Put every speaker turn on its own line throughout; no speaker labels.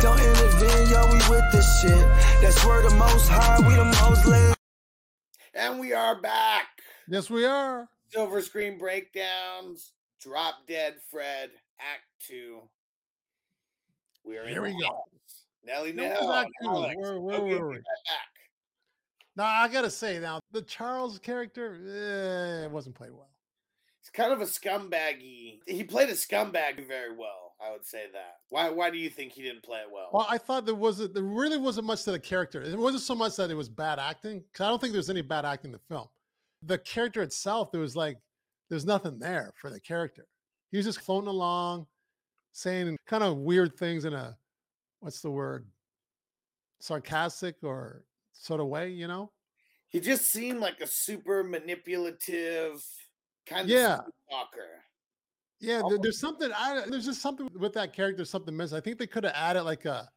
Don't intervene, yo, we with this shit. That's where the most high, we the most lit.
And we are back.
Yes, we are.
Silver Screen Breakdowns, Drop Dead Fred, Act Two. We are in
Here we
the
go.
house. Nelly
Now, what
Nell.
was Act
and
Two?
Alex.
Where- where
Okay,
were
we'll
we?
be right back.
Now I gotta say, now the Charles character eh, it wasn't played well.
He's kind of a scumbaggy. He played a scumbag very well. I would say that. Why? Why do you think he didn't play it well?
Well, I thought there wasn't there really wasn't much to the character. It wasn't so much that it was bad acting because I don't think there's any bad acting in the film. The character itself, there was like there's nothing there for the character. He was just floating along, saying kind of weird things in a what's the word, sarcastic or sort of way, you know?
he just seemed like a super manipulative kind of
Yeah.
talker.
Yeah, there,
Almost.
there's something. I there's just something with that character. Something missing. I think they could have added like a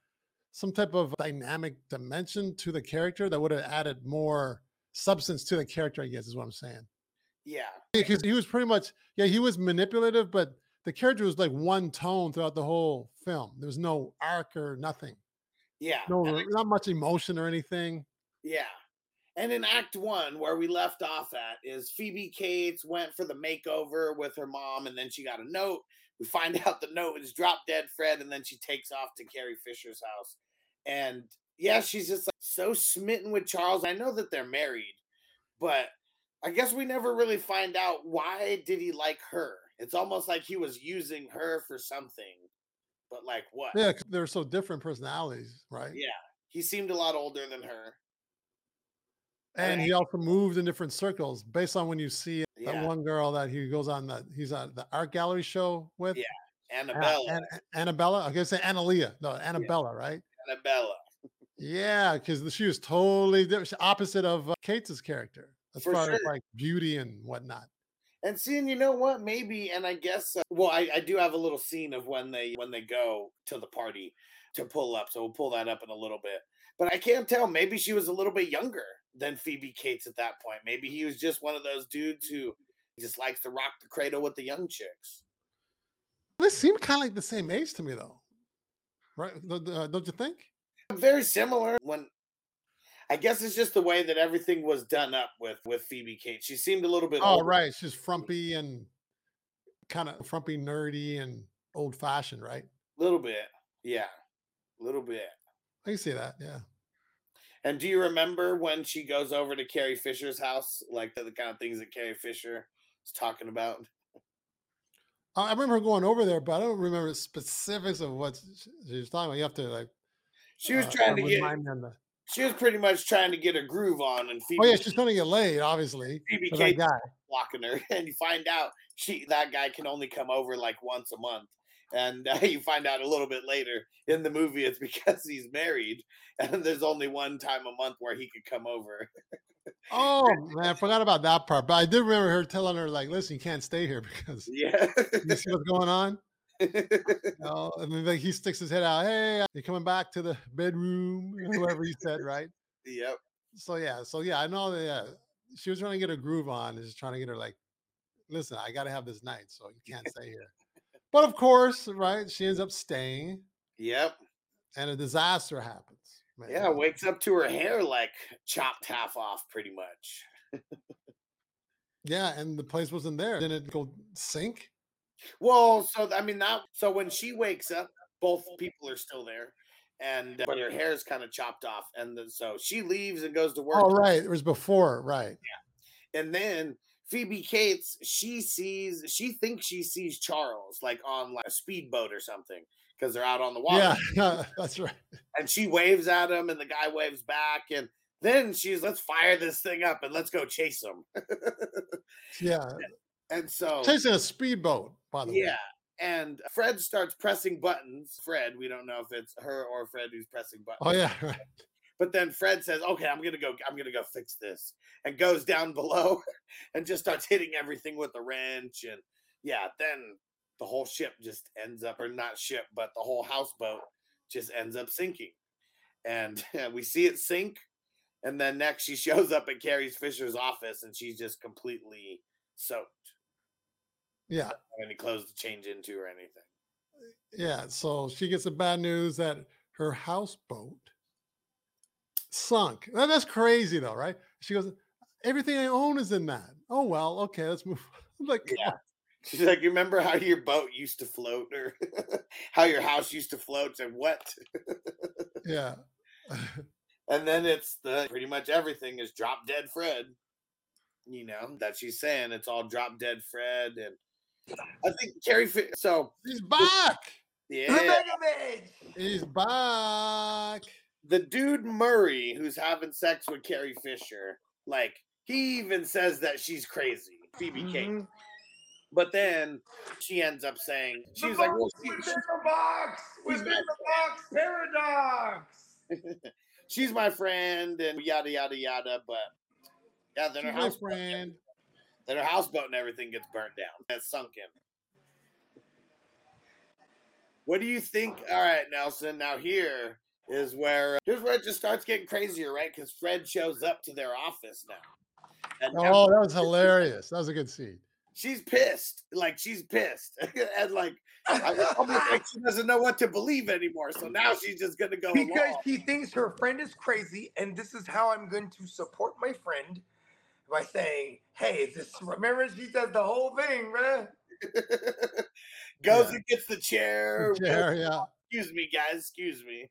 some type of dynamic dimension to the character that would have added more substance to the character. I guess is what I'm saying.
Yeah.
Because he was pretty much yeah, he was manipulative, but the character was like one tone throughout the whole film. There was no arc or nothing.
Yeah.
No,
and
re- not much emotion or anything.
Yeah. And in Act One, where we left off at, is Phoebe Cates went for the makeover with her mom, and then she got a note. We find out the note is drop dead Fred, and then she takes off to Carrie Fisher's house. And yeah, she's just like so smitten with Charles. I know that they're married, but I guess we never really find out why did he like her. It's almost like he was using her for something, but like what?
Yeah, 'cause they're so different personalities, right?
Yeah. He seemed a lot older than her.
And
I-
he also moved in different circles based on when you see
Yeah.
that one girl that he goes on the he's on the art gallery show with.
Yeah,
A-
Annabella.
An- A- Annabella. I was gonna say Analia. No, Annabella, right?
Annabella.
Yeah, because she was totally different, she- opposite of uh, Kate's character as
For
far as
sure.
like beauty and whatnot.
And seeing, you know what? Maybe, and I guess, uh, well, I, I do have a little scene of when they when they go to the party to pull up, so we'll pull that up in a little bit. But I can't tell. Maybe she was a little bit younger than Phoebe Cates at that point. Maybe he was just one of those dudes who just likes to rock the cradle with the young chicks.
They seem kind of like the same age to me, though, right? Don't- uh, don't you think?
Very similar. When I guess it's just the way that everything was done up with with Phoebe Cates. She seemed a little bit.
Oh,
older.
right. She's frumpy and kind of frumpy, nerdy, and old fashioned, right?
little bit, yeah, little bit.
I can see that. Yeah.
And do you remember when she goes over to Carrie Fisher's house, like the, the kind of things that Carrie Fisher is talking about?
I I remember going over there, but I don't remember the specifics of what sh- she was talking about. You have to like.
She was
uh,
trying
kinda
to get,
remind me on the-
she was pretty much trying to get a groove on, and Phoebe,
Oh yeah, she's trying to get laid, obviously.
Phoebe
for that
Cates
guy.
blocking her, and you find out she that guy can only come over like once a month, and uh, you find out a little bit later in the movie it's because he's married, and there's only one time a month where he could come over.
Oh man, I forgot about that part. But I did remember her telling her like, "Listen, you can't stay here because
Yeah,
you see what's going on." Oh, and then like, he sticks his head out. Hey, uh, you're coming back to the bedroom, or whoever he said, right?
yep.
So yeah, so yeah, I know that yeah, she was trying to get her groove on, is trying to get her like, "Listen, I got to have this night, so you can't stay here." But of course, right? She ends up staying,
Yep.
and a disaster happens. man.
Yeah, wakes up to her hair like chopped half off, pretty much.
yeah, and the place wasn't there. Then it go sink.
Well, so th- I mean that. So when she wakes up, both people are still there, and uh, but her hair is kind of chopped off, and then so she leaves and goes to work.
Oh right, it was before, right?
And then Phoebe Cates, she sees, she thinks she sees Charles like on like a speedboat or something because they're out on the water,
Yeah, yeah, that's right.
and she waves at him, and the guy waves back, and then she's let's fire this thing up and let's go chase him,
Yeah,
and so
chasing a speedboat, by the way.
Yeah. And Fred starts pressing buttons. Fred, we don't know if it's her or Fred who's pressing buttons.
Oh yeah, right.
But then Fred says, "Okay, I'm gonna go. I'm gonna go fix this," and goes down below, and just starts hitting everything with a wrench. And yeah, then the whole ship just ends up, or not ship, but the whole houseboat just ends up sinking. And we see it sink, and then next she shows up at Carrie Fisher's office, and she's just completely soaked.
yeah,
Any clothes to change into or anything.
yeah. So she gets the bad news that her houseboat sunk. Now, that's crazy though, right? She goes, everything I own is in that. Oh well, okay, let's move. on." like,
Yeah. She's like, you remember how your boat used to float, or how your house used to float, and what?
yeah.
And then it's the pretty much everything is drop dead Fred. You know that she's saying it's all drop dead Fred, and I think Carrie. Fi- so
He's back.
yeah,
He's back.
the dude Murray who's having sex with Carrie Fisher, like he even says that she's crazy, Phoebe Cates.
Mm-hmm.
But then she ends up saying she was like, well, she- she-
box!
Within
the box paradox!
she's my friend and yada yada yada. But yeah, then her
She's my
house
friend.
then her houseboat and everything gets burnt down. That's sunk in. What do you think? All right, Nelson. Now here is where uh, here's where it just starts getting crazier, right? Because Fred shows up to their office now, and now
Oh, that was hilarious. That was a good scene.
she's pissed. Like she's pissed, and like I- it's almost like she doesn't know what to believe anymore. So now she's just gonna go
Because
along.
she thinks her friend is crazy, and this is how I'm going to support my friend by saying, Hey, is this remember she says the whole thing, bruh?
Goes
Yeah.
and gets the chair.
Yeah, yeah.
Excuse me, guys. Excuse me.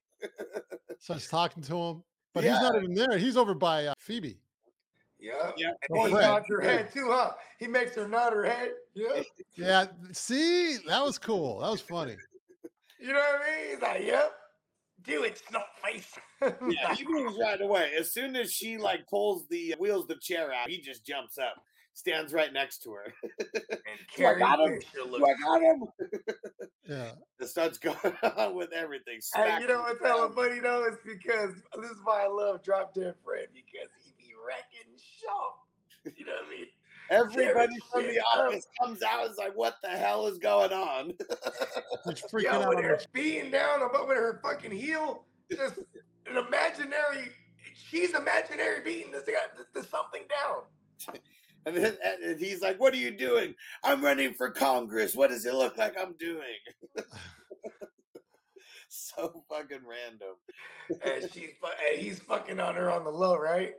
Starts talking to him, but he's not even there. He's over by uh, Phoebe.
Yep.
Yeah.
And he
Fred,
nods her
Fred.
head too, huh? He makes her nod her head. Yep.
Yeah. See, that was cool. That was funny.
You know what I mean? He's like, Yep. Do it, snot face.
Yeah, he moves right away. As soon as she like pulls the wheels the chair out, he just jumps up, stands right next to her.
And
Like, I
Carrie
don't-
Fisher
I
looks
got him.
Yeah.
It starts going on with everything.
Hey,
smack
you know
him
what's
down.
hella funny though? It's because this is why I love Drop Dead Fred because he be wrecking shop. You know what I mean?
Everybody from
shit
the
up.
office comes out is like, "What the hell is going on?"
He's freaking
Yo,
out.
with
On
her
the,
beating down above with her fucking heel, just an imaginary. She's imaginary beating this guy, this, this something down.
And, then, and and he's like, "What are you doing? I'm running for Congress. What does it look like I'm doing?" so fucking random.
And she's fu- and he's fucking on her on the low, right?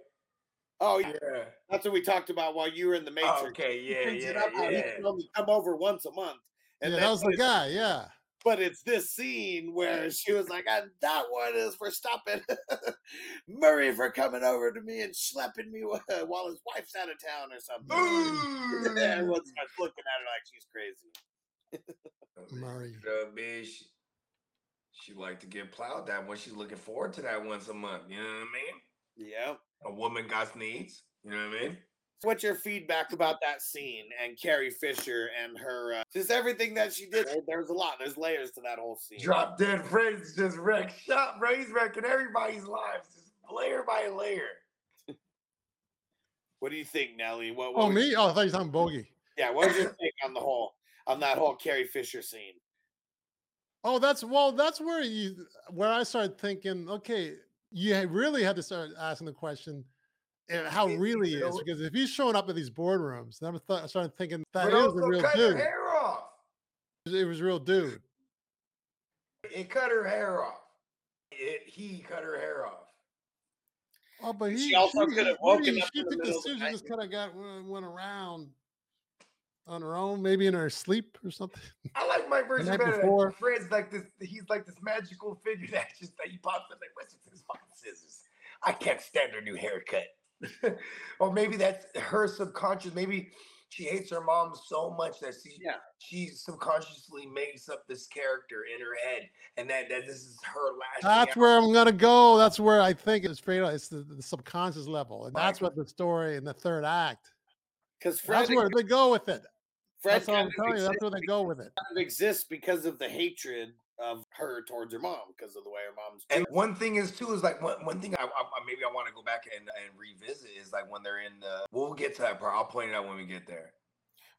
Oh,
Yeah. Oh,
yeah, that's what we talked about while you were in the Matrix.
okay. Yeah.
brings it
Yeah.
up how he
yeah.
can only come over once a month.
yeah,
And
that
then-
was the guy. Yeah.
But it's this scene where she was like, and that one is for stopping Murray for coming over to me and schlepping me wh- while his wife's out of town or something.
Boom.
Everyone starts looking at her like she's crazy.
Murray.
Uh, bitch, she like to get plowed that one. She's looking forward to that once a month. You know what I mean?
Yeah.
A woman got needs. You know what I mean?
What's your feedback about that scene and Carrie Fisher and her, uh, just everything that she did? There- There's a lot, there's layers to that whole scene.
Drop dead friends just wreck shop, bro. He's wrecking everybody's lives, just layer by layer.
What do you think, Nelly? What, what
Oh,
was-
me? Oh, I thought you were talking Bogey.
Yeah, what was your take on the whole, on that whole Carrie Fisher scene?
Oh, that's well, that's where you where I started thinking, okay, you had- really had to start asking the question eh, how
Is he
really he is
real?
because if he's showing up at these boardrooms, then I'm th- started thinking that is
but also
a real
cut her
dude.
hair off.
It was a real dude.
It cut her hair off. It, he cut her hair off.
Oh, but he
She also
she-
could have
he- maybe
woken up
She
in the
took
middle of the
decisions
night.
just kind of got went went around on her own, maybe in her sleep or something.
I like my version
night
better.
before-
Like Fred's like this. He's like this magical figure that just that he pops up like, what's with his fucking scissors? I can't stand her new haircut. or maybe that's her subconscious. Maybe she hates her mom so much that she
Yeah.
she subconsciously makes up this character in her head, and that that this is her last.
That's where I'm gonna go. That's where I think it's fatal. It's the, the subconscious level, and that's
Right.
what the story in the third act.
Because
That's
Fred,
where they go with it.
Fred
that's all
kind
I'm
of
telling you. That's
exists,
where they go with it.
kind of exists because of the hatred of her towards her mom, because of the way her mom's.
And one thing is too is like one, one thing I, I I- maybe I want to go back and, and revisit is like when they're in the. We'll get to that part. I'll point it out when we get there.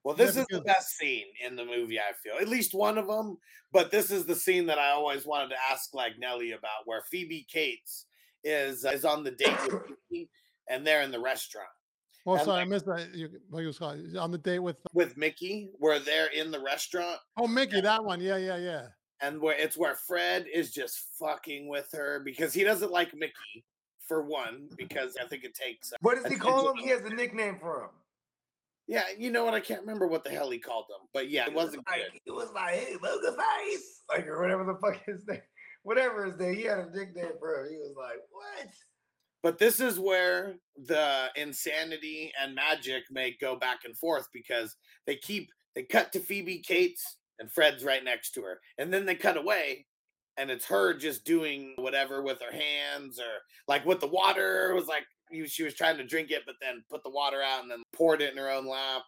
well,
yeah,
this is the
because-
best scene in the movie. I feel at least one of them, but this is the scene that I always wanted to ask, like Nelly, about where Phoebe Cates is uh, is on the date with Mickey, and they're in the restaurant
Well,
And,
Oh, sorry, I
like-
missed that. You, what you was calling on the date with
with Mickey, where they're in the restaurant,
oh Mickey, that one. Yeah, yeah, yeah.
and where it's where Fred is just fucking with her because he doesn't like Mickey for one because I think it takes. uh,
What does he
That's
call him?
Angelo.
He has a nickname for him.
Yeah, you know what? I can't remember what the hell he called them, but yeah, it wasn't
like,
good.
He was like, hey, Boca Face. Like, or whatever the fuck his name. Whatever his name. He had a nickname for him. He was like, what?
But this is where the insanity and magic may go back and forth because they keep they cut to Phoebe Cates and Fred's right next to her. And then they cut away and it's her just doing whatever with her hands or like with the water it was like you, she was trying to drink it but then put the water out and then poured it in her own lap.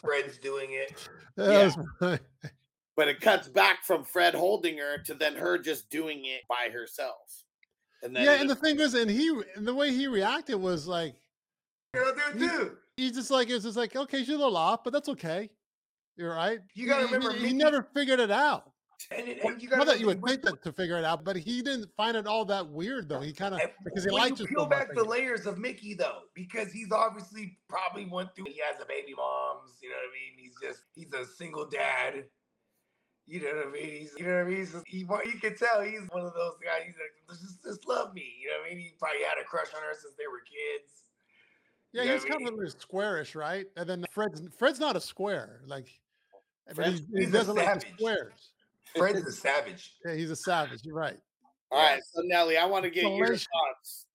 Fred's doing it.
That was-
But it cuts back from Fred holding her to then her just doing it by herself. And then
yeah,
it
and the
just-
thing is, and he and the way he reacted was like
Girl, dude,
You-
dude.
he's just like it's just like okay, she's a little off, but that's okay. You're right.
You gotta
He- he-
remember
he,
Mickey-
never figured it out.
And, it- and you
Not
got
that you would think that to figure it out, but he didn't find it all that weird though. He kind of because he
when
liked
you
it.
peel back the layers of Mickey though, because he's obviously probably went through. He has a baby mom's, you know what I mean. He's just he's a single dad. You know what I mean? He's, you know what I mean? He's just, he, wa- you can tell he's one of those guys. He's like, just, just love me. You know what I mean? He probably had a crush on her since they were kids.
Yeah,
Yeah, I
he's
mean,
kind of really squarish, right? And then Fred's Fred's not a square, like, but
Fred's-
he's, he
he's a
doesn't like the
savage.
squares.
Fred's a savage.
Yeah, he's a savage. You're right.
All right, so Nelly, I want to
It's
get your
delicious.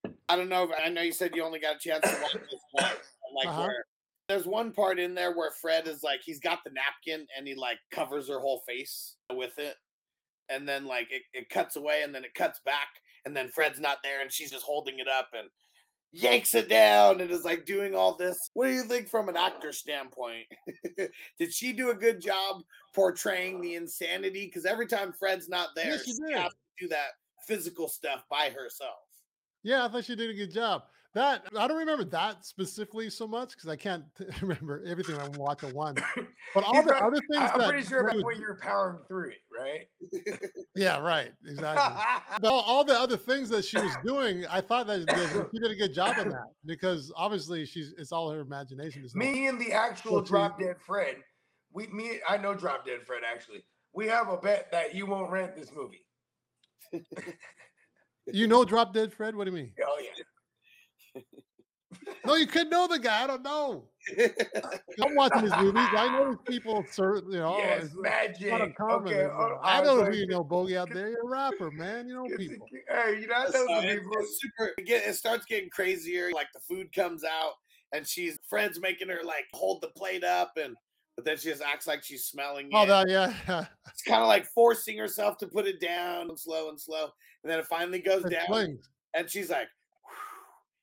thoughts. I don't know. If, I know you said you only got a chance to watch this once. but, Like,
Uh-huh.
where there's one part in there where Fred is like, he's got the napkin and he like covers her whole face with it, and then like it, it cuts away and then it cuts back and then Fred's not there and she's just holding it up and yanks it down and is like doing all this. What do you think from an actor standpoint? did she do a good job portraying the insanity? Because every time Fred's not there,
Yes, she
she
did.
has to do that physical stuff by herself.
Yeah, I thought she did a good job. That I don't remember that specifically so much because I can't remember everything I watched at once. But all
He's
the
right.
other things
I, I'm
that
pretty sure
Fred
about
was-
when you're powering through it, right?
yeah, right, exactly. But all, all the other things that she was doing, I thought that, that she did a good job in that because obviously she's it's all her imagination. Is
Me and the actual
Well, see-
Drop Dead Fred, we me I know Drop Dead Fred actually. We have a bet that you won't rent this movie.
you know, drop dead Fred. What do you mean?
Oh yeah.
No, you could know the guy. I don't know. I'm watching his movies. I know these people. Sir, you know, oh,
yes,
it's
magic.
not uncommon.
Okay,
you
oh,
know. I
was
know
like,
who you know, Bogey out there. You're a rapper, man. You know
it's-
people.
Hey, you know I know
So
some
it-
people.
it's super, it, get, it starts getting crazier. Like the food comes out, and she's Fred's making her like hold the plate up, and but then she just acts like she's smelling
Oh,
it.
that yeah.
It's kind of like forcing herself to put it down slow and slow, and then it finally goes
It
down,
flings.
and she's like,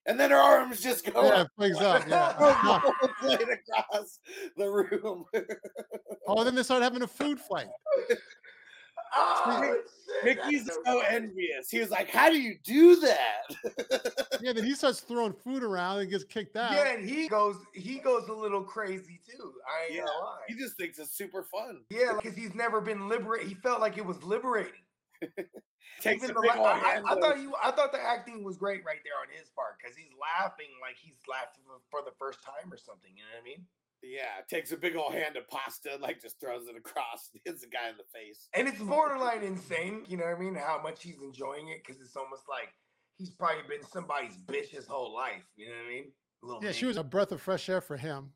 and then her arms just go
Yeah,
up.
it flings up.
Oh,
throws the
Yeah.
whole plate across the room.
oh, then they start having a food fight.
Oh, shit, that's
Mickey's
so
so
funny.
envious. He was like, "How do you do that?"
Yeah, then he starts throwing food around and gets kicked out.
Yeah, and he goes he goes a little crazy too. I ain't
Yeah,
gonna lie.
He just thinks it's super fun.
Yeah, because he's never been liberated. He felt like it was liberating.
Takes
Even
a
the
big
la-
old
I, I-
hand
I
of-
thought you. I thought the acting was great right there on his part because he's laughing like he's laughing for- for the first time or something. You know what I mean?
Yeah, takes a big old hand of pasta, and, like just throws it across, and hits the guy in the face.
And it's borderline insane. You know what I mean? How much he's enjoying it because it's almost like he's probably been somebody's bitch his whole life. You know what I mean? Little
Yeah, she
man.
was a breath of fresh air for him.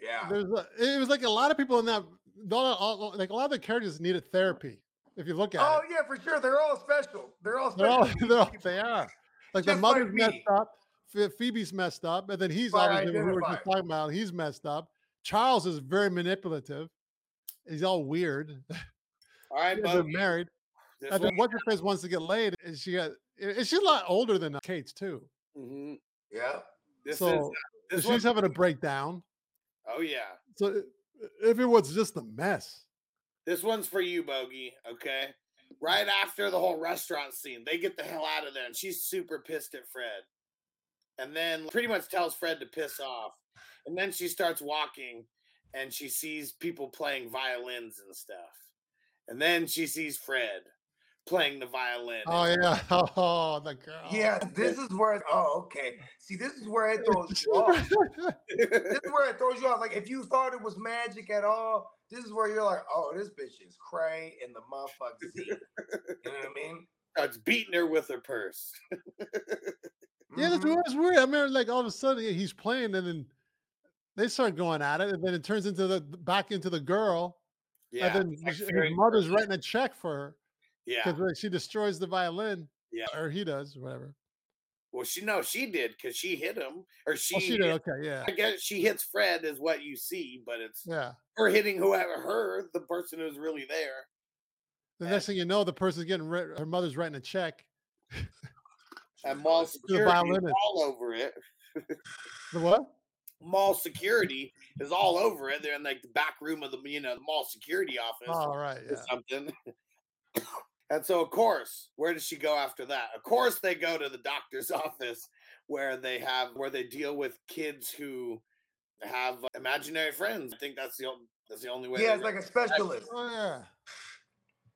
Yeah.
There's a, it was like a lot of people in that, all- all- like a lot of the characters needed therapy. If you look at
Oh
it,
yeah, for sure. They're all special. They're all
they're
special.
all, they're all
people.
they are. Like the
Just like
mother's messed
me.
up, Ph- Phoebe's messed up, and then he's
By
obviously what we were just
identify.
talking about. He's messed up. Charles is very manipulative. He's all weird.
All right,
They're
Bogey,
married.
this
And then
one-
what's her face wants to get laid, and she got. And she's a lot older than uh, Kate's too.
Mhm.
Yeah.
This
so
is this
she's
one.
having a breakdown.
Oh yeah,
So i- if it was just a mess,
this one's for you, Bogey. Okay. Right after the whole restaurant scene, they get the hell out of there, and she's super pissed at Fred, and then pretty much tells Fred to piss off, and then she starts walking, and she sees people playing violins and stuff, and then she sees Fred. playing the violin.
Oh yeah. Oh, the girl.
Yeah, this is where. Oh, okay. See, this is where it throws you off. This is where it throws you off. Like if you thought it was magic at all, this is where you're like, oh, this bitch is cray in the motherfucking Z. You know what I mean?
Starts beating her with her purse.
Yeah, that's
Mhm.
what was weird. I remember, like all of a sudden yeah, he's playing, and then they start going at it, and then it turns into the back into the girl,
Yeah,
and then
it's like
his- his
very-
mother's writing a check for her
yeah,
because she destroys the violin,
yeah.
or he does, whatever.
Well, she no, she did because she hit him, or she.
Oh, she did.
hit-
Okay, yeah,
I guess she hits Fred is what you see, but it's
yeah.
her hitting whoever her, the person who's really there.
The
Yeah.
next thing you know, the person's getting writ- her mother's writing a check.
And mall security is
violinist.
all over it.
The what?
Mall security is all over it. They're in like the back room of the you know the mall security office
Oh,
All right,
or
yeah.
something. and so, of course, where does she go after that? Of course, they go to the doctor's office where they have where they deal with kids who have uh, imaginary friends. I think that's the only that's the only way.
Yeah,
they
it's
go.
like a specialist.
Oh yeah.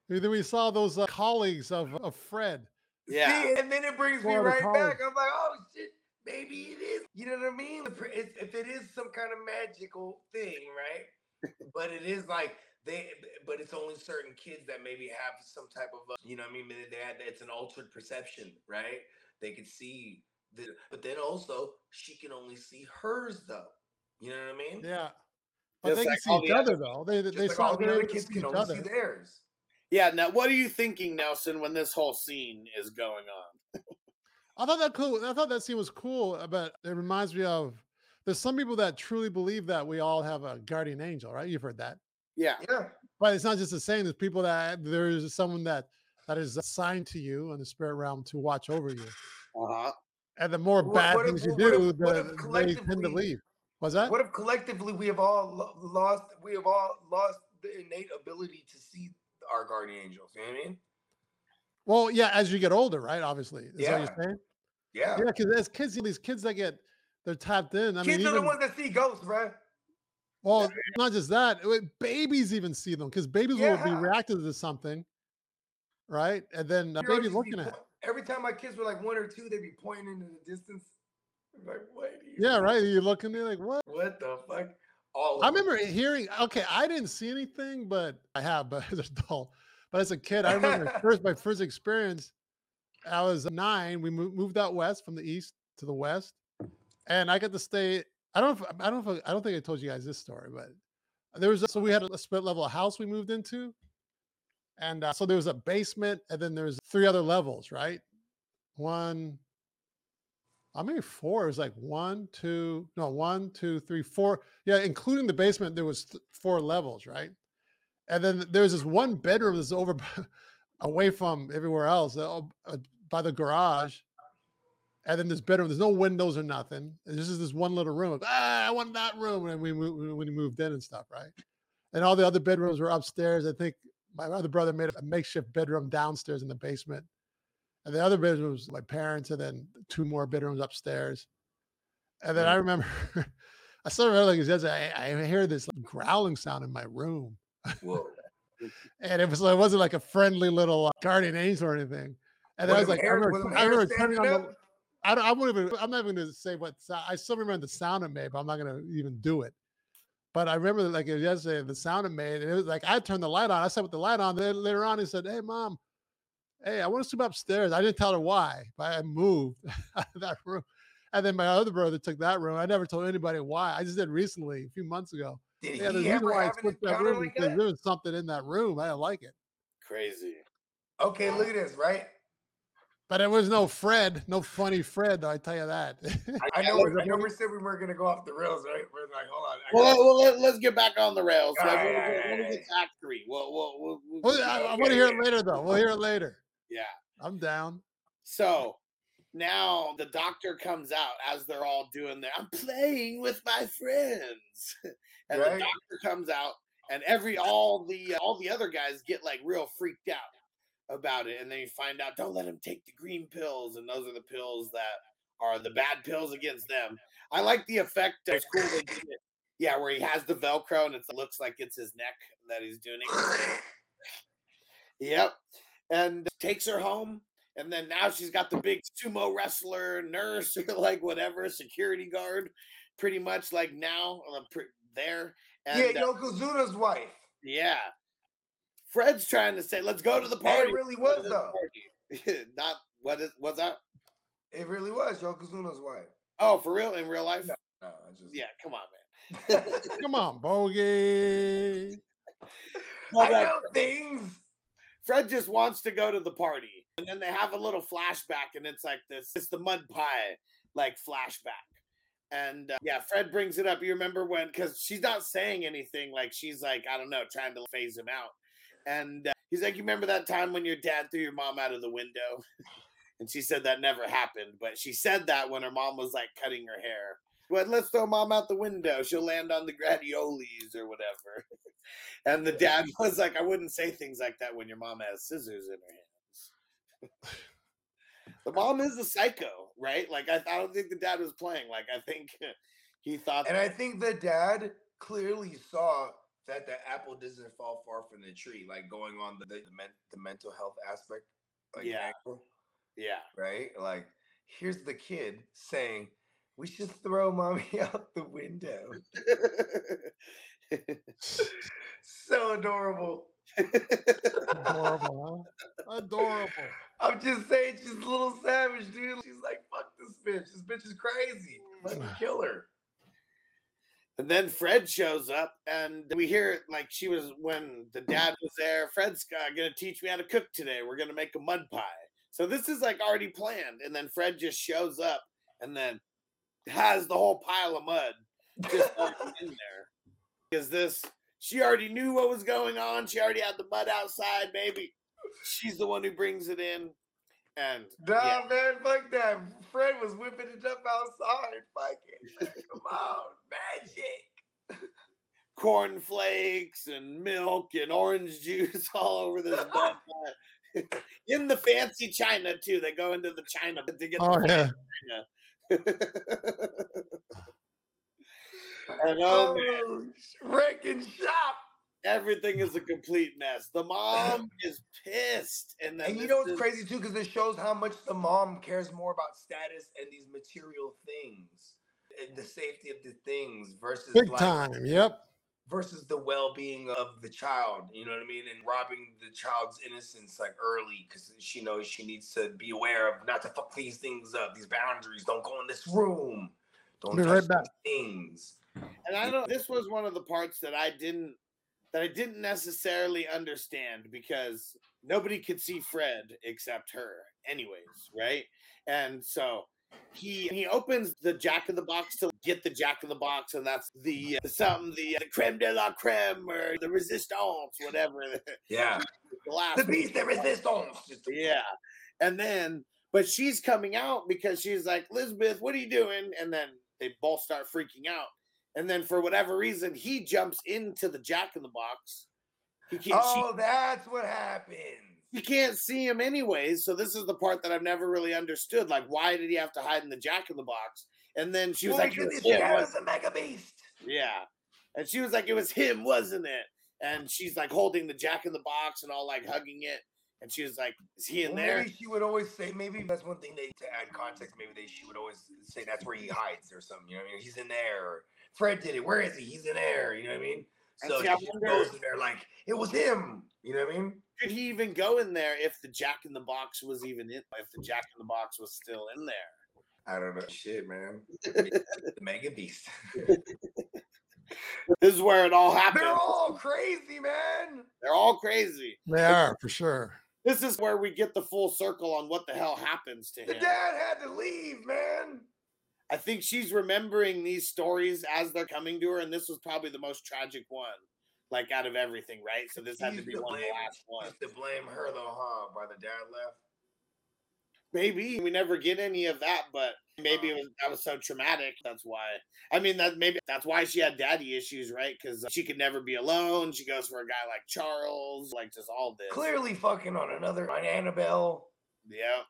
And Then we saw those uh, colleagues of, of Fred.
yeah.
See, and then it brings me
Well, the
right
college-
back. I'm like, oh shit, maybe it is. You know what I mean? If it- if it is some kind of magical thing, right? but it is like they, but it's only certain kids that maybe have some type of, uh, you know what I mean? Maybe They had it's an altered perception, right? They can see, the, but then also she can only see hers though. You know what I mean?
Yeah. But
Just
they can
like
see
all
each
the
other though. They they
Just like
saw
all the
they
other
could
kids
see
can
each
only see
other.
theirs.
Yeah, now what are you thinking, Nelson, when this whole scene is going on?
I thought that cool. I thought that scene was cool, uh, but it reminds me of there's some people that truly believe that we all have a guardian angel, right? You've heard that,
Yeah,
Yeah.
but it's not just the same. There's people that there is someone that that is assigned to you in the spirit realm to watch over you,
uh-huh.
and the more
What-
bad
what if-
things you
what if-
do,
what
the,
if
they tend to
collectively-
leave. Was that?
What if collectively we have all lo- lost? We have all lost the innate ability to see our guardian angels. You know what I mean?
well, yeah, as you get older, right? Obviously, is that what
Yeah.
you're saying?
Yeah.
Yeah, because as kids, these kids that get they're tapped in. I
Kids
mean,
are the
even,
ones that see ghosts, bruh.
well, not just that, uh, babies even see them because babies will be
Yeah.
reactive to something, right? And then a
You know,
baby
just be
looking at.
po- Every time my kids were like one or two, they'd be pointing into the distance. I'm like, what? do you-
Yeah, right. You look and you're like, what?
What the fuck? All. Of
I
them.
remember hearing. Okay, I didn't see anything, but I have. But as an adult, but as a kid, I remember first my first experience. I was nine. We moved, moved out west from the east to the west, and I got to stay. I don't. know if- I don't. know if I don't think I told you guys this story, but there was. a- So we had a split level house we moved into, and uh, so there was a basement, and then there's three other levels, right? One, I mean four. It was like one, two, no, one, two, three, four. Yeah, including the basement, there was th- four levels, right? And then th- there was this one bedroom that's over b- away from everywhere else, uh, o- uh, by the garage. And then this bedroom, there's no windows or nothing. And this is this one little room. Ah, I want that room. And we mo- when we moved in and stuff, right? And all the other bedrooms were upstairs. I think my other brother made a makeshift bedroom downstairs in the basement. And the other bedroom was my parents, and then two more bedrooms upstairs. And then I remember, I still remember like it says, I, I hear this like, growling sound in my room.
Whoa.
And it was it wasn't like a friendly little uh, guardian angel or anything. And then I was
them
like, I
hair-
remember,
were them
I
hair
remember turning on
standing
the, I don't, I won't even, I'm not even going to say what, sou- I still remember the sound it made, but I'm not going to even do it. But I remember like it was yesterday, the sound it made, and it was like, I turned the light on. I said with the light on, then later on, he said, Hey mom, Hey, I want to sleep upstairs. I didn't tell her why, but I moved out of that room. And then my other brother took that room. I never told anybody why. I just did recently, a few months ago.
Did
Yeah, the
he
reason
ever
why I
have an
switched that
encounter
room
like
because
that?
there was something in that room. I didn't like it.
Crazy.
Okay, look at this, right?
But it was no Fred, no funny Fred, though. I tell you that.
I know.
was
I
a
know
funny-
we said we weren't gonna go off the rails, right? We're like, hold on. I
Well,
gotta-
well let, us get back on the rails. Like,
Alright,
what- what-
alright,
what is
alright.
it, Act three. Well, well, well, well,
Well, uh, I,
yeah,
want
yeah,
to hear
yeah.
it later, though. We'll hear it later.
Yeah.
I'm down.
So now the doctor comes out as they're all doing their I'm playing with my friends. and the
Right.
doctor comes out and every all the all the other guys get like real freaked out about it and then you find out don't let him take the green pills and those are the pills that are the bad pills against them. I like the effect it's cool they did it. Yeah, where he has the velcro and it looks like it's his neck that he's doing it. Yep. and takes her home. And then now she's got the big sumo wrestler, nurse, or like whatever, security guard, pretty much like now uh, pre- there. And,
yeah,
uh,
Yokozuna's wife.
yeah. Fred's trying to say, let's go to the
Yeah,
party.
it really
Go to
was
the
though.
party." Not what is what's that?
It really was Yokozuna's wife.
Oh, for real? In real life?
No. No, I just
Yeah, come on,
Come on, Bogey.
man.
I know things.
Fred just wants to go to the party. And then they have a little flashback, and it's like this it's the mud pie like flashback. And uh, yeah, Fred brings it up. You remember when, because she's not saying anything, like she's like, I don't know, trying to phase him out. And uh, he's like, You remember that time when your dad threw your mom out of the window? and she said that never happened, but she said that when her mom was like cutting her hair. But let's throw mom out the window. She'll land on the gradiolis or whatever. And the dad was like, I wouldn't say things like that when your mom has scissors in her hands. the mom is a psycho, right? Like, I, I don't think the dad was playing. Like, I think he thought.
And I think the dad clearly saw that the apple doesn't fall far from the tree, like going on the the, men, the mental health aspect, like
Yeah.
angle,
yeah.
right? Like here's the kid saying, "We should throw mommy out the window." so adorable.
Adorable, huh? Adorable.
I'm just saying, she's a little savage, dude. She's like, "Fuck this bitch. This bitch is crazy. Fucking kill her."
and then Fred shows up, and we hear like she was when the dad was there. Fred's uh, gonna teach me how to cook today. We're gonna make a mud pie. So this is like already planned. And then Fred just shows up, and then has the whole pile of mud just all in there. Because this, she already knew what was going on. She already had the mud outside. Maybe she's the one who brings it in. And
Nah, man, fuck that. Fred was whipping it up outside. Fuck it. Come on, magic.
corn flakes and milk and orange juice all over this mud pie. in the fancy china too. They go into the china to get
Oh
the
yeah.
and oh, man,
sh- wrecking shop.
everything is a complete mess. The mom is pissed, and then
And you
this
know what's
is-
crazy too, because it shows how much the mom cares more about status and these material things, and the safety of the things versus
Big
like,
time. Yep.
versus the well-being of the child you know what i mean and robbing the child's innocence like early because she knows she needs to be aware of not to fuck these things up these boundaries don't go in this room don't
Be
touch
right back.
these things
and I don't. This was one of the parts that I didn't that I didn't necessarily understand because nobody could see Fred except her, anyways, right? And so he he opens the Jack in the Box to get the Jack in the Box, and that's the uh, something the, uh, the creme de la creme or the resistance, whatever.
yeah
glass
the piece that resistance
yeah. And then, but she's coming out because she's like, Elizabeth, what are you doing? And then they both start freaking out. And then for whatever reason, he jumps into the jack in the box. He can't,
oh that's what happens
she, he can't see him anyways. So this is the part that I've never really understood. Like, why did he have to hide in the jack in the box? And then she was
Well,
like, it
because
was
this
him,
guy
wasn't
was a mega beast
yeah. And she was like, it was him, wasn't it? And she's like holding the jack in the box and all like hugging it. And she was like, is he in
Well,
there?
Maybe she would always say, maybe that's one thing they to add context. Maybe they she would always say that's where he hides or something. You know what I mean? He's in there. Or, Fred did it. Where is he? He's in there. You know what I mean?
And
So
see,
she
I
just
wonder-
goes in there like it was him. You know what I mean?
could he even go in there if the Jack in the Box was even in? If the Jack in the Box was still in there?
I don't know. Shit, man. the mega beast.
This is where it all happened.
They're all crazy, man.
crazy.
They are for sure.
This is where we get the full circle on what the hell happens to
The
him.
dad had to leave, man.
I think she's remembering these stories as they're coming to her, and this was probably the most tragic one, like out of everything, right? So this had to
He's
be
to
one of the
blame.
last ones.
Just to blame her though, huh? Why the dad left.
Maybe we never get any of that, but maybe it
Um,
was, that was so traumatic. That's why. I mean, that maybe that's why she had daddy issues, right? Because she could never be alone. She goes for a guy like Charles, like just all this.
Clearly fucking on another on Annabelle.
Yeah.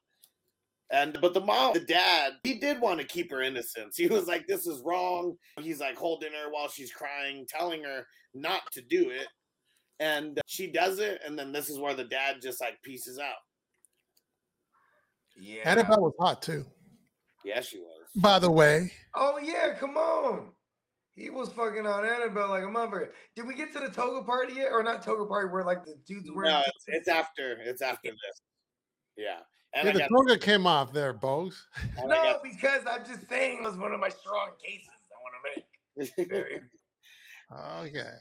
And but the mom, the dad, he did want to keep her innocence. He was like, "This is wrong." He's like holding her while she's crying, telling her not to do it. and she does it, and then this is where the dad just like pieces out.
Yeah.
Annabelle was hot too,
Yeah, she was.
by the way.
Oh yeah, come on. He was fucking on Annabelle like a motherfucker. Did we get to the toga party yet, or not toga party? Where like the dudes wearing?
No, it's, it's after it's after this. Yeah, and
Yeah,
I
the
got,
toga came off there, Bogues.
and I
no, because I'm just saying it was one of my strong cases I
got-
want to make. Oh,
Okay.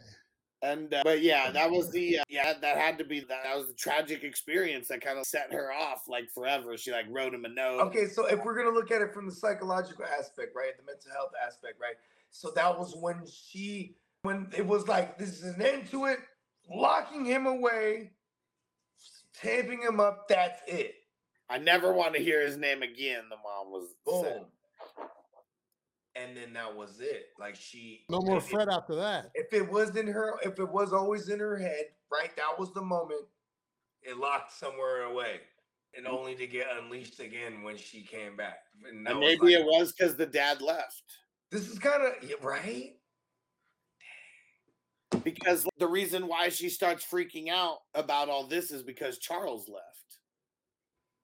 And uh, but yeah, that was the uh, yeah that had to be that, that was the tragic experience that kind of set her off like forever. She like wrote him a note.
Okay, so if we're gonna look at it from the psychological aspect, right, the mental health aspect, right. So that was when she, when it was like this is an end to it, locking him away, taping him up. That's it.
I never want to hear his name again. The mom was
Boom.
saying.
And then that was it. Like she,
No more
if it-
Fred after that.
If it was in her, if it was always in her head, right? That was the moment. It locked somewhere away, and only to get unleashed again when she came back. And that
and
was
maybe
like-
it was because the dad left.
This is kind of right.
Because the reason why she starts freaking out about all this is because Charles left.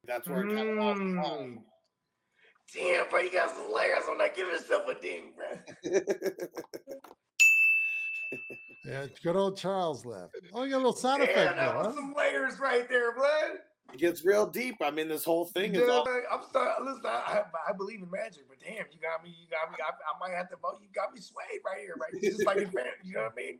That's where it kind of all
Mm. Damn, bro, you got some layers on that. Give yourself a ding, bro. Mm.
Yeah, good old Charles left. Oh, you got a little sound
Damn,
effect there,
that
huh?
was some layers right there, blood.
It gets real deep. I mean, this whole thing is all.
I'm sorry. Listen, I, I, I believe in magic, but damn, you got me. You got me. I, I might have to vote. You got me swayed right here, right? It's just like in fan- you know what I mean?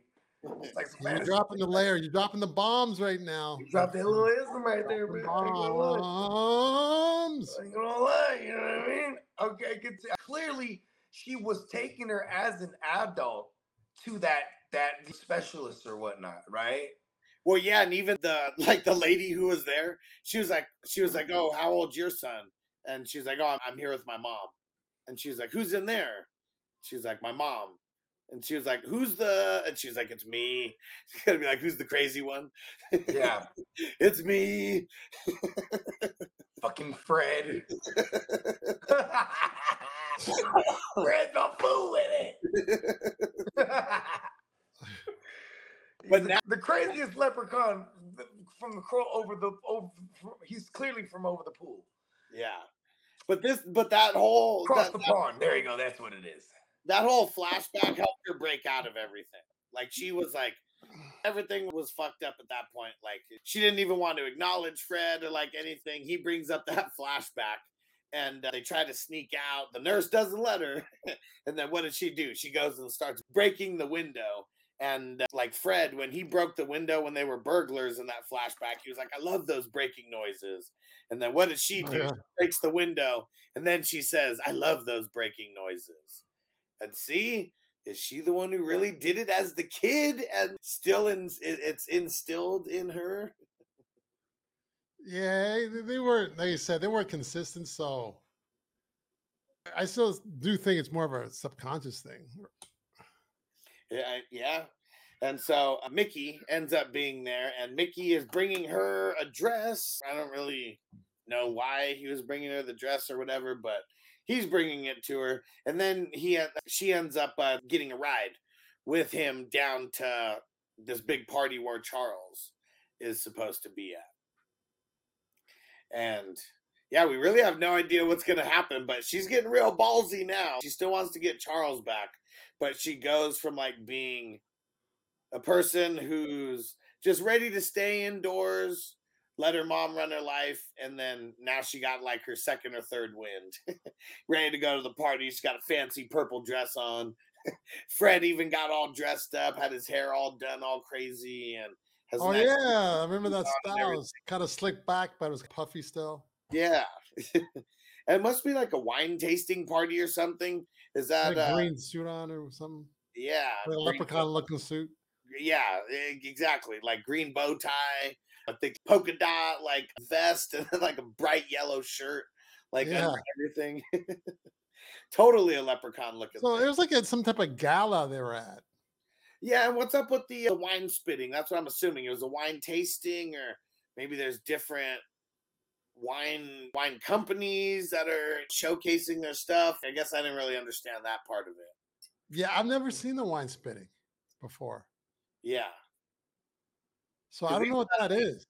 It's like some
You're
fantasy.
dropping the layer. You're dropping the bombs right now.
You dropped that little ism right there, bro. I ain't gonna lie.
Bombs.
I ain't gonna lie, you know what I mean? Okay, good. to- Clearly, she was taking her as an adult to that that specialist or whatnot, right?
Well, yeah, and even the like the lady who was there, she was like, she was like, "Oh, how old's your son?" And she's like, "Oh, I'm, I'm here with my mom." And she's like, "Who's in there?" She's like, "My mom." And she was like, "Who's the?" And she's like, "It's me." She's gonna be like, "Who's the crazy one?"
Yeah,
it's me.
fucking Fred. Fred the fool in it.
But
He's the-
now-
the craziest leprechaun th- from the crow over the over, fr- he's clearly from over the pool
Yeah. But this, but that whole
across
that,
the
that-
pond. There you go. That's what it is.
that whole flashback helped her break out of everything. Like she was like everything was fucked up at that point. Like she didn't even want to acknowledge Fred or like anything. He brings up that flashback and uh, they try to sneak out. The nurse doesn't let her. and then what does she do? She goes and starts breaking the window. And uh, like Fred, when he broke the window when they were burglars in that flashback, he was like, I love those breaking noises. And then what does she
Oh,
do?
yeah.
breaks the window and then she says, I love those breaking noises. And see, is she the one who really did it as the kid and still in, it, it's instilled in her?
Yeah, they- they weren't, like you said, they weren't consistent. So I still do think it's more of a subconscious thing.
Yeah. yeah. And so uh, Mickey ends up being there and Mickey is bringing her a dress. I don't really know why he was bringing her the dress or whatever, but he's bringing it to her. And then he en- she ends up uh, getting a ride with him down to this big party where Charles is supposed to be at. And yeah, we really have no idea what's going to happen, but she's getting real ballsy now. She still wants to get Charles back, but she goes from like being a person who's just ready to stay indoors, let her mom run her life, and then now she got like her second or third wind. ready to go to the party. She's got a fancy purple dress on. Fred even got all dressed up, had his hair all done all crazy, and has
Oh,
nice-
yeah. I remember that
on and
style. It was kind of slick back, but it was puffy still.
Yeah. it must be like a wine tasting party or something. Is
Had
that
a
uh,
green suit on or something.
yeah,
Like a
green-
leprechaun looking suit.
yeah, e- exactly. Like green bow tie, I think polka dot like vest and then, like a bright yellow shirt, like
Yeah.
under everything. totally a leprechaun looking.
So
thing.
it was like at some type of gala they were at.
Yeah, and what's up with the uh, wine spitting? That's what I'm assuming. It was a wine tasting, or maybe there's different wine wine companies that are showcasing their stuff. I guess I didn't really understand that part of it.
Yeah, I've never seen the wine spitting before.
Yeah.
So I don't know what that is.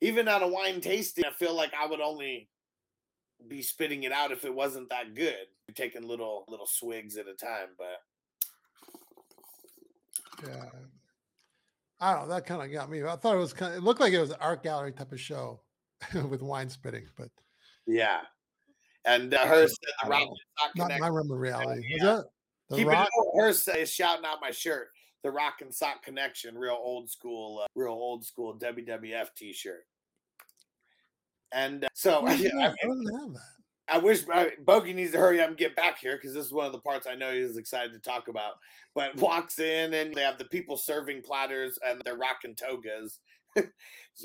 Even at a wine tasting, I feel like I would only be spitting it out if it wasn't that good. Taking little little swigs at a time, but
Yeah. I don't know. That kind of got me. I thought it was kind of, it looked like it was an art gallery type of show with wine spitting, but
yeah. And uh, her said the
I
Rock
don't know.
is not
not
connected.
my realm of reality. Is
yeah.
that the
Keep
rock?
it old. Her say, shouting out my shirt. The Rock and Sock Connection, real old school, uh, real old school WWF T-shirt. And uh, so,
Where's
yeah,
that?
I
I don't have that.
I wish I, Bogey needs to hurry up and get back here because this is one of the parts I know he's excited to talk about. But walks in and they have the people serving platters and they're rocking togas.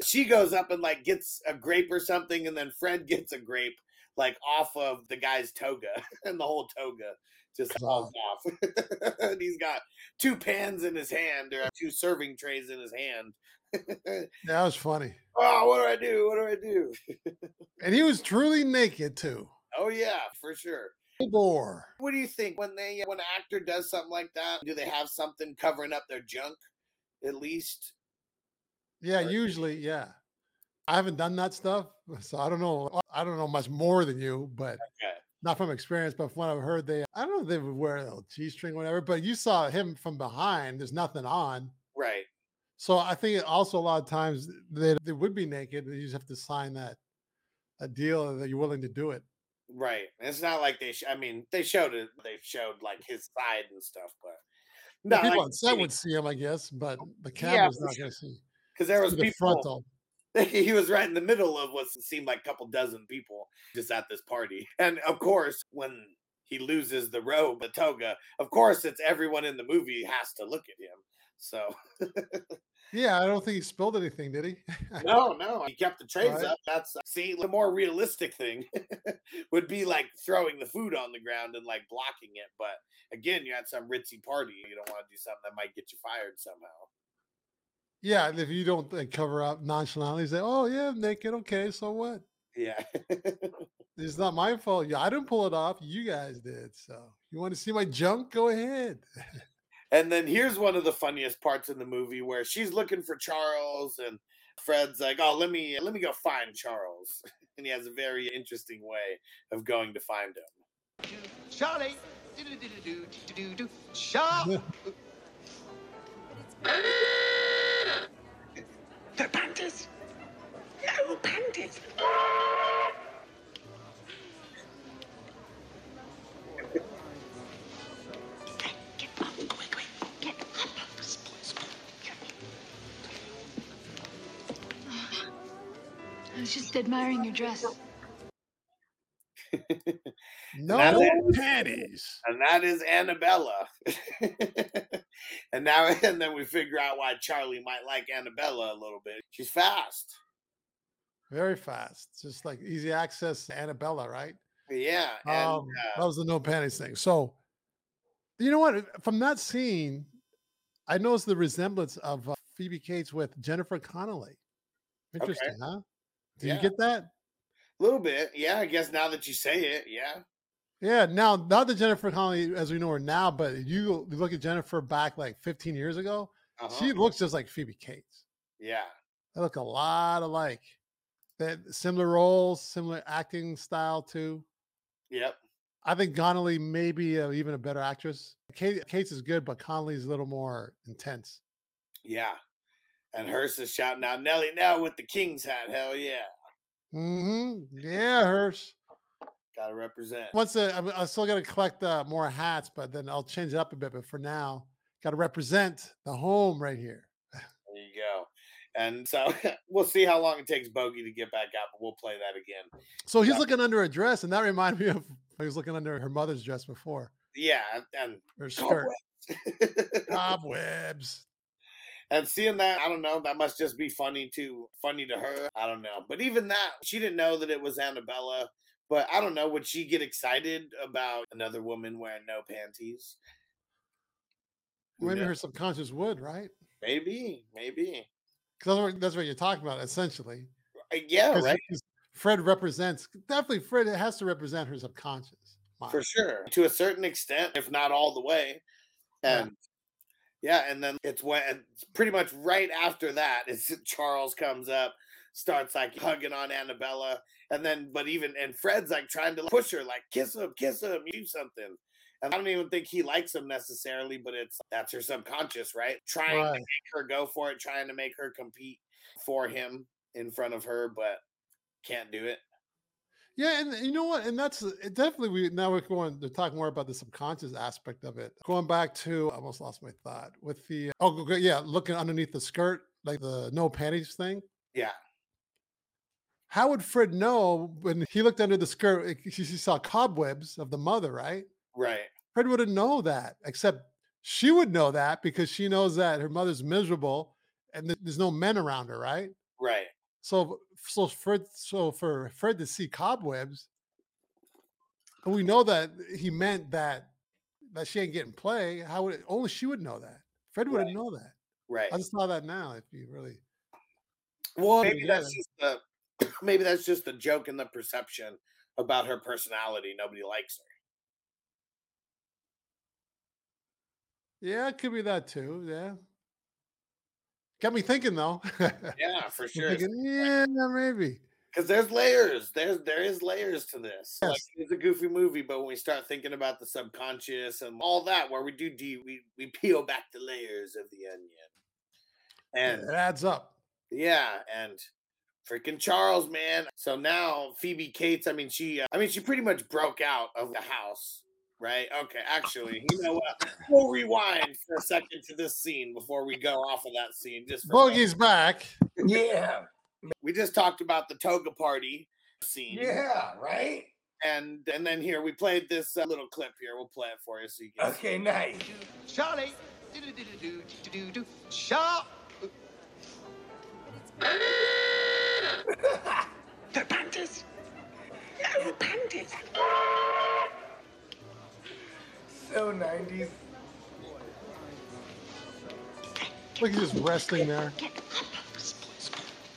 she goes up and like gets a grape or something, and then Fred gets a grape like off of the guy's toga, and the whole toga just falls off. and he's got two pans in his hand or two serving trays in his hand.
Yeah, That was funny.
oh, what do I do? What do I do?
And he was truly naked too.
Oh yeah, for sure.
Full Bore.
What do you think when they when an actor does something like that? Do they have something covering up their junk, at least?
Yeah,
Right.
usually, yeah. I haven't done that stuff, so I don't know. I don't know much more than you, but
Okay.
not from experience, but from what I've heard, they I don't know if they would wear a g string, whatever. But you saw him from behind. There's nothing on,
Right.
so I think also a lot of times they they would be naked. and You just have to sign that a deal that you're willing to do it.
Right. It's not like they. Sh- I mean, they showed it. They showed like his side and stuff, but no,
People
because
on set would see him, I guess, but the camera's
Oh, for
not
sure.
going to see
there was
see the
people.
frontal.
he was right in the middle of what seemed like a couple dozen people just at this party. And of course, when he loses the robe, the toga, of course, it's everyone in the movie has to look at him. So
Yeah, I don't think he spilled anything, did he?
No, no, he kept the trays
Right.
up. That's uh, see the more realistic thing would be like throwing the food on the ground and like blocking it. But again, you're at some ritzy party. You don't want to do something that might get you fired somehow.
yeah, and if you don't like, cover up nonchalantly, say, "Oh yeah, I'm naked. Okay, so what?
Yeah,
It's not my fault. Yeah, I didn't pull it off. You guys did. So you want to see my junk? Go ahead."
and then here's one of the funniest parts in the movie where she's looking for Charles and Fred's like, "Oh, let me let me go find Charles," and he has a very interesting way of going to find him.
Charlie. Do-do-do-do-do-do-do. Char.
Yeah.
The panties. No panties. Get up, quick, quick. Get up. Spoon, spoon. Here.
I was just admiring your dress.
No
that-
panties.
and that is Annabella. and now, and then we figure out why Charlie might like Annabella a little bit. She's fast.
Very fast. Just like easy access to Annabella, right?
Yeah. And
um,
uh,
that was the no panties thing. So you know what? From that scene, I noticed the resemblance of uh, Phoebe Cates with Jennifer Connelly. Interesting, huh? Did
Yeah.
you get that?
a little bit. Yeah. I guess now that you say it, yeah.
Yeah, now not that Jennifer Connelly as we know her now, but you look at Jennifer back like 15 years ago,
Uh-huh.
she looks just like Phoebe Cates.
yeah.
They look a lot alike. That similar roles, similar acting style too.
Yep.
I think Connolly may be uh, even a better actress. Kate, Kate's is good, but Connolly's a little more intense.
Yeah. And Hearst is shouting out Nelly now with the King's hat. Hell yeah.
hmm
Mm-hmm.
Yeah, Hirsch.
Gotta represent.
Once uh, I'm, I'm still gonna collect uh, more hats, but then I'll change it up a bit. But for now, got to represent the home right here.
There you go. And so we'll see how long it takes Bogey to get back out, but we'll play that again.
So he's
Yeah.
looking under a dress, and that reminded me of he was looking under her mother's dress before
Yeah. And
her skirt.
Cobwebs.
Cobwebs.
And seeing that, I don't know, that must just be funny to funny to her. I don't know. But even that, she didn't know that it was Annabella. But I don't know, would she get excited about another woman wearing no panties? Who
Maybe
knows?
her subconscious would, right?
maybe, maybe.
Because that's what, that's what you're talking about, essentially.
Uh, Yeah,
'Cause-
right.
'cause Fred represents definitely Fred has to represent her subconscious.
For
mind.
sure. To a certain extent, if not all the way.
Yeah.
And yeah, Yeah, and then it's when it's pretty much right after that is Charles comes up, starts like hugging on Annabella, and then but even and Fred's like trying to push her, like kiss him, kiss him, do something. And I don't even think he likes him necessarily, but it's that's her subconscious, right? Trying to
Right.
make her go for it, trying to make her compete for him in front of her, but can't do it.
Yeah, and you know what? And that's it definitely we now we're going to talk more about the subconscious aspect of it. Going back to I almost lost my thought with the oh go- go- yeah, looking underneath the skirt, like the no panties thing.
Yeah.
How would Fred know when he looked under the skirt? like, She, she saw cobwebs of the mother, right?
Right.
Fred wouldn't know that, except she would know that because she knows that her mother's miserable and th- there's no men around her, right?
Right.
So, so Fred, so for Fred to see cobwebs, and we know that he meant that that she ain't getting play. How would only she would know that? Fred wouldn't
Right.
know that.
Right.
I just saw that now. If you really,
Well,
put it
maybe that's
together.
just a maybe that's just a joke in the perception about her personality. Nobody likes her.
yeah, it could be that too. Yeah, got me thinking though. I'm
Yeah, for sure.
thinking, yeah, maybe.
Because there's layers. There's there is layers to this. Like
Yes.
it's a goofy movie, but when we start thinking about the subconscious and all that, where we do de- we we peel back the layers of the onion. And
it adds up.
Yeah, and freaking Charles, man. So now Phoebe Cates, I mean, she, uh, I mean, she pretty much broke out of the house, right? Okay, actually, you know what? We'll rewind for a second to this scene before we go off of that scene. Just for a minute.
Bogey's back.
Yeah.
we just talked about the toga party scene,
Yeah. Right.
and and then here we played this uh, little clip here. We'll play it for you so you can. see.
Okay. Nice.
Charlie. Do-do-do-do-do-do-do-do. Char.
The panties. No panties.
So nineties.
Look, he's just resting there.
Get up.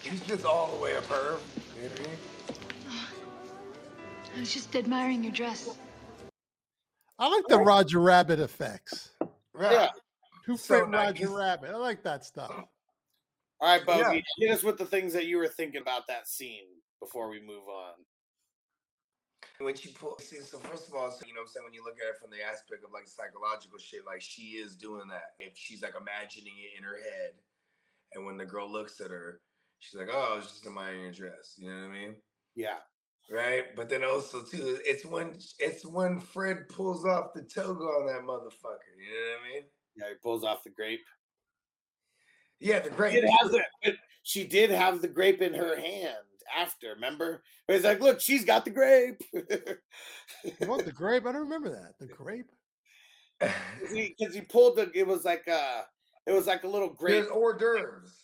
He's just all the way up her. You know what I mean?
I was just admiring your dress.
I like the Roger Rabbit effects.
Right.
Yeah.
Who
So
framed Roger
90s.
Rabbit? I like that stuff.
All right,
Yeah.
Bogey, hit us with the things that you were thinking about that scene before we move on.
When she pulls, see, so first of all, so, you know what I'm saying? When you look at it from the aspect of like psychological shit, like she is doing that. If she's like imagining it in her head, and when the girl looks at her, she's like, oh, it's just admiring your dress. You know what I mean?
Yeah,
Right? But then also, too, it's when it's when Fred pulls off the toga on that motherfucker. You know what I mean?
yeah, he pulls off the grape.
Yeah, the great.
did have the, but she did have the grape in her hand after, remember? But it's like, look, she's got the grape.
What the grape? I don't remember that. The grape.
Because he, 'cause he pulled the, it was like a, it was like a little grape.
There's hors d'oeuvres.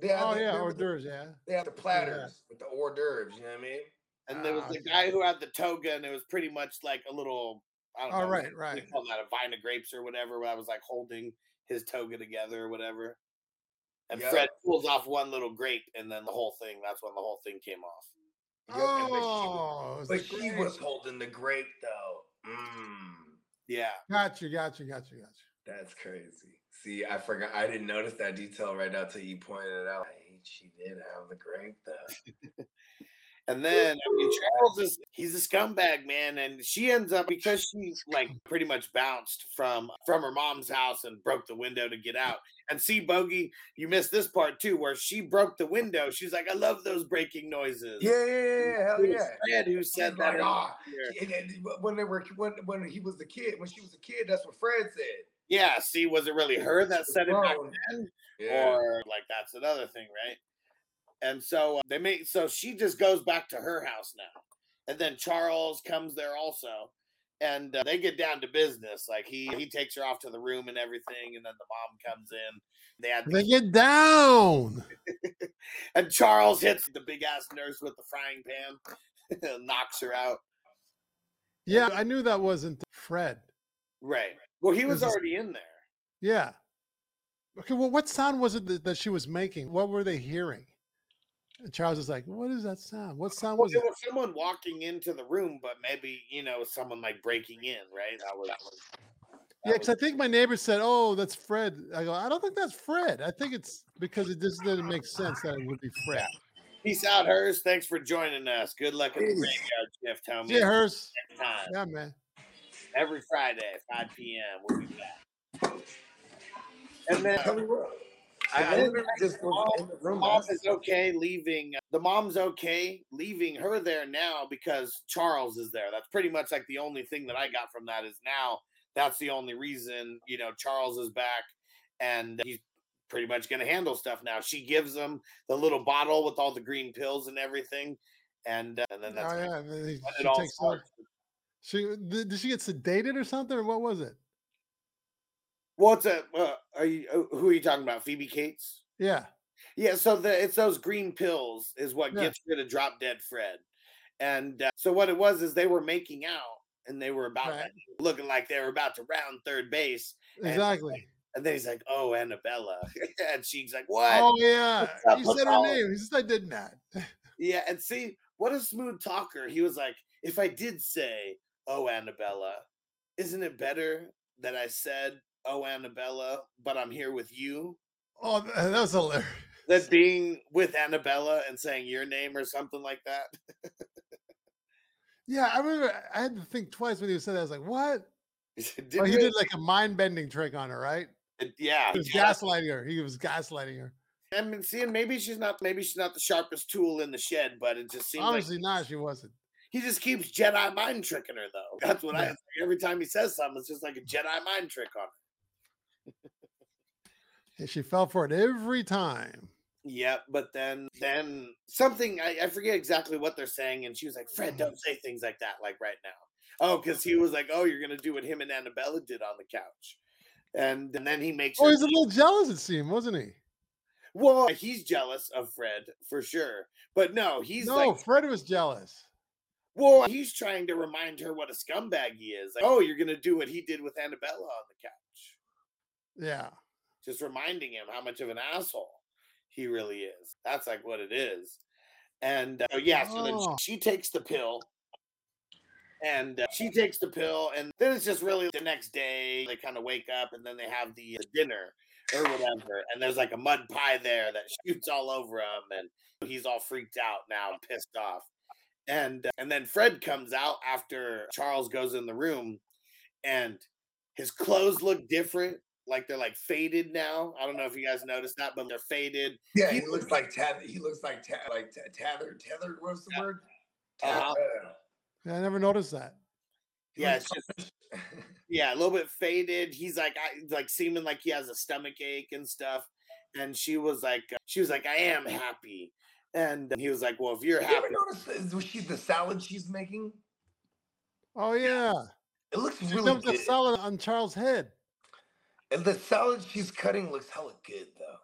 They have
Oh
the-
yeah,
remember
hors
the-
d'oeuvres. Yeah.
They have the platters with the hors d'oeuvres. You know what I mean?
And there was
Ah,
the
okay.
guy who had the toga, and it was pretty much like a little, I don't know.
Oh,
what
right,
do they
right.
call that a vine of grapes or whatever, where I was like holding his toga together or whatever. And
Yep.
Fred pulls off one little grape, and then the whole thing, that's when the whole thing came off.
Yep, and but she was-
Oh, it's
But
the
he
grape.
was holding the grape though. Mm,
Yeah.
Gotcha, gotcha, gotcha, gotcha.
that's crazy. See, I forgot. I didn't notice that detail right now till you pointed it out. Hey, She did have the grape though.
And then I mean, Charles is he's a scumbag, man, and she ends up because she like pretty much bounced from from her mom's house and broke the window to get out. And see, Bogey, you missed this part too, where she broke the window. She's like, I love those breaking noises.
Yeah, yeah, yeah, yeah, hell
It was
yeah.
Fred who said that
like, "Ah,
earlier.
And then when they were when when he was a kid, when she was a kid, that's what Fred said.
Yeah, see, was it really her that said it back
Grown.
then?
Yeah.
Or like that's another thing, right? And so uh, they make so she just goes back to her house now, and then Charles comes there also, and uh, they get down to business. Like he he takes her off to the room and everything, and then the mom comes in. They had the,
They get down.
and Charles hits the big ass nurse with the frying pan, and knocks her out.
Yeah, I knew that wasn't Fred.
Right. Well, he was
This is-
already in there.
Yeah. Okay, well, what sound was it that, that she was making? What were they hearing? And Charles is like, "What is that sound? What sound
Well,
was
it
it?"
was someone walking into the room, but maybe you know someone like breaking in, right? That was, that was
Yeah, because I think my neighbor said, "Oh, that's Fred." I go, "I don't think that's Fred. I think it's because it just didn't make sense that it would be Fred."
Peace out, hers. Thanks for joining us. Good luck at the
Peace.
graveyard shift, homie.
Yeah, hers.
Next time,
Yeah, man.
every Friday, 5 p.m. We'll be back. And then
Tell me what.
I,
I
I
literally just was in the room.
mom is okay leaving uh, the mom's okay leaving her there now because charles is there that's pretty much like the only thing that i got from that is now that's the only reason you know charles is back and he's pretty much going to handle stuff now she gives him the little bottle with all the green pills and everything and, uh, and then that's
Oh
kinda
yeah, and then he-
when
she
it all
takes over.
starts.
She did, did she get sedated or something, or what was it?
what's a uh, are you uh, who are you talking about phoebe cates
Yeah,
Yeah, so the it's those green pills is what
Yeah.
gets rid of drop dead Fred. And uh, so what it was is they were making out and they were about
Right.
to- looking like they were about to round third base. And-
exactly.
And then he's like, "Oh, Annabella," and she's like, "What?"
Oh yeah,
What's up
you
with
said her
all-
name. He said I did not.
Yeah, and see what a smooth talker. He was like, "If I did say, oh Annabella, isn't it better that I said, oh Annabella, but I'm here with you?"
Oh, th- that was hilarious.
That being with Annabella and saying your name or something like that.
Yeah, I remember. I- I had to think twice when he said that. I was like, "What?"
Didn't
Oh, he
it?
did like a mind bending trick on her, right?
Uh, Yeah,
He was
yeah.
gaslighting her. He was gaslighting her.
I mean, seeing maybe she's not maybe she's not the sharpest tool in the shed, but it just seems
Obviously
like
not. She wasn't.
he just keeps Jedi mind tricking her though. That's what I
Yeah.
every time he says something, it's just like a Jedi mind trick on her.
And she fell for it every time. Oh,
Yeah, but then then something I, I forget exactly what they're saying, and she was like, "Fred, don't say things like that, like right now." Oh, because he was like, "Oh, you're gonna do what him and Annabella did on the couch," and, and then he makes.
Oh,
her-
he's a little jealous. It seemed, wasn't he?
well, he's jealous of Fred for sure, but no, he's
no,
like
Fred was jealous.
Well, he's trying to remind her what a scumbag he is. Like, oh, you're gonna do what he did with Annabella on the couch.
Yeah.
Just reminding him how much of an asshole he really is. That's like what it is. And uh, so, yeah, so then
Oh.
she, she takes the pill, and uh, she takes the pill, and then it's just really the next day they kind of wake up, and then they have the uh, dinner or whatever, and there's like a mud pie there that shoots all over him, and he's all freaked out now, and pissed off and uh, and then Fred comes out after Charles goes in the room, and his clothes look different. Like they're like faded now. I don't know if you guys noticed that, but they're faded.
Yeah, he looks like Tath. He looks like ta- like ta- tethered. Tethered. What's the word?
Uh-huh.
Yeah, I never noticed that.
Yeah, it's just yeah, a little bit faded. He's like I, like seeming like he has a stomach ache and stuff. And she was like, uh, she was like, I am happy. And he was like, Well, if you're
Have you
happy,
ever noticed is- was she the salad she's making?
Oh yeah,
It looks
she
really
dumped
good.
a salad on Charles' head.
and the salad she's cutting looks hella good though.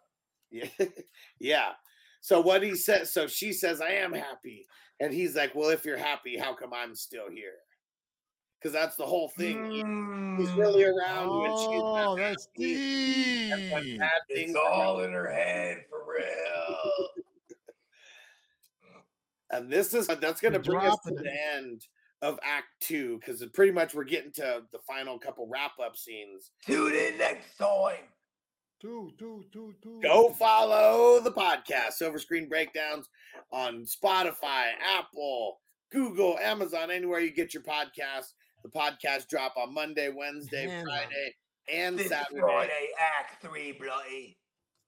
Yeah. yeah. So what he says, so she says, I am happy. And he's like, Well, if you're happy, how come I'm still here? Because that's the whole thing. he- He's really
Mm,
around you and she's not
Oh, that's
happy, and when
deep.
bad
It's
things are
all
happening-
in her head for real.
And this is that's gonna
You're
bring us to
dropping
the end of act two, because pretty much we're getting to the final couple wrap-up scenes.
Tune in next time.
Two, two, two, two.
Go follow the podcast, Silver Screen Breakdowns, on Spotify, Apple, Google, Amazon, anywhere you get your podcast. The podcast drop on Monday, Wednesday,
Man, uh, man.
Friday, and
This
Saturday.
Friday, Act Three, bloody.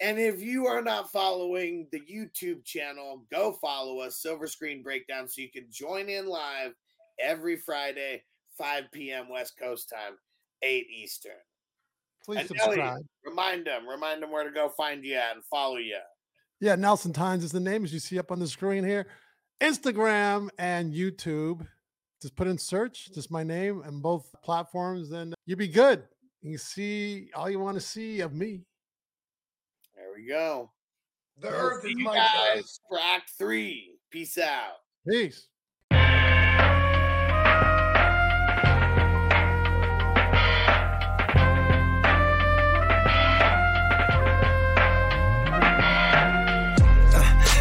And if you are not following the YouTube channel, go follow us, Silver Screen Breakdown, so you can join in live every Friday, 5 p.m. West Coast time, 8 Eastern.
Please
and Ellie.
subscribe.
Remind them, remind them where to go find you at and follow you.
Yeah, Nelson Times is the name as you see up on the screen here. Instagram and YouTube. Just put in search, just my name and both platforms, and you'll be good. You can see all you want to see of me.
There we go.
The
Yes.
Earth
See
is
you
my guys.
guys for Act Three. Peace out.
Peace.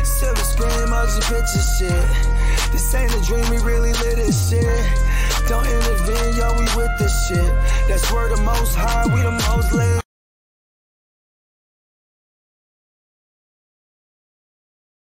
Silver screen, mugs and picture shit. This ain't a dream, we really live this shit. Don't intervene, yo, we with this shit. That's where the most high, we the most lit.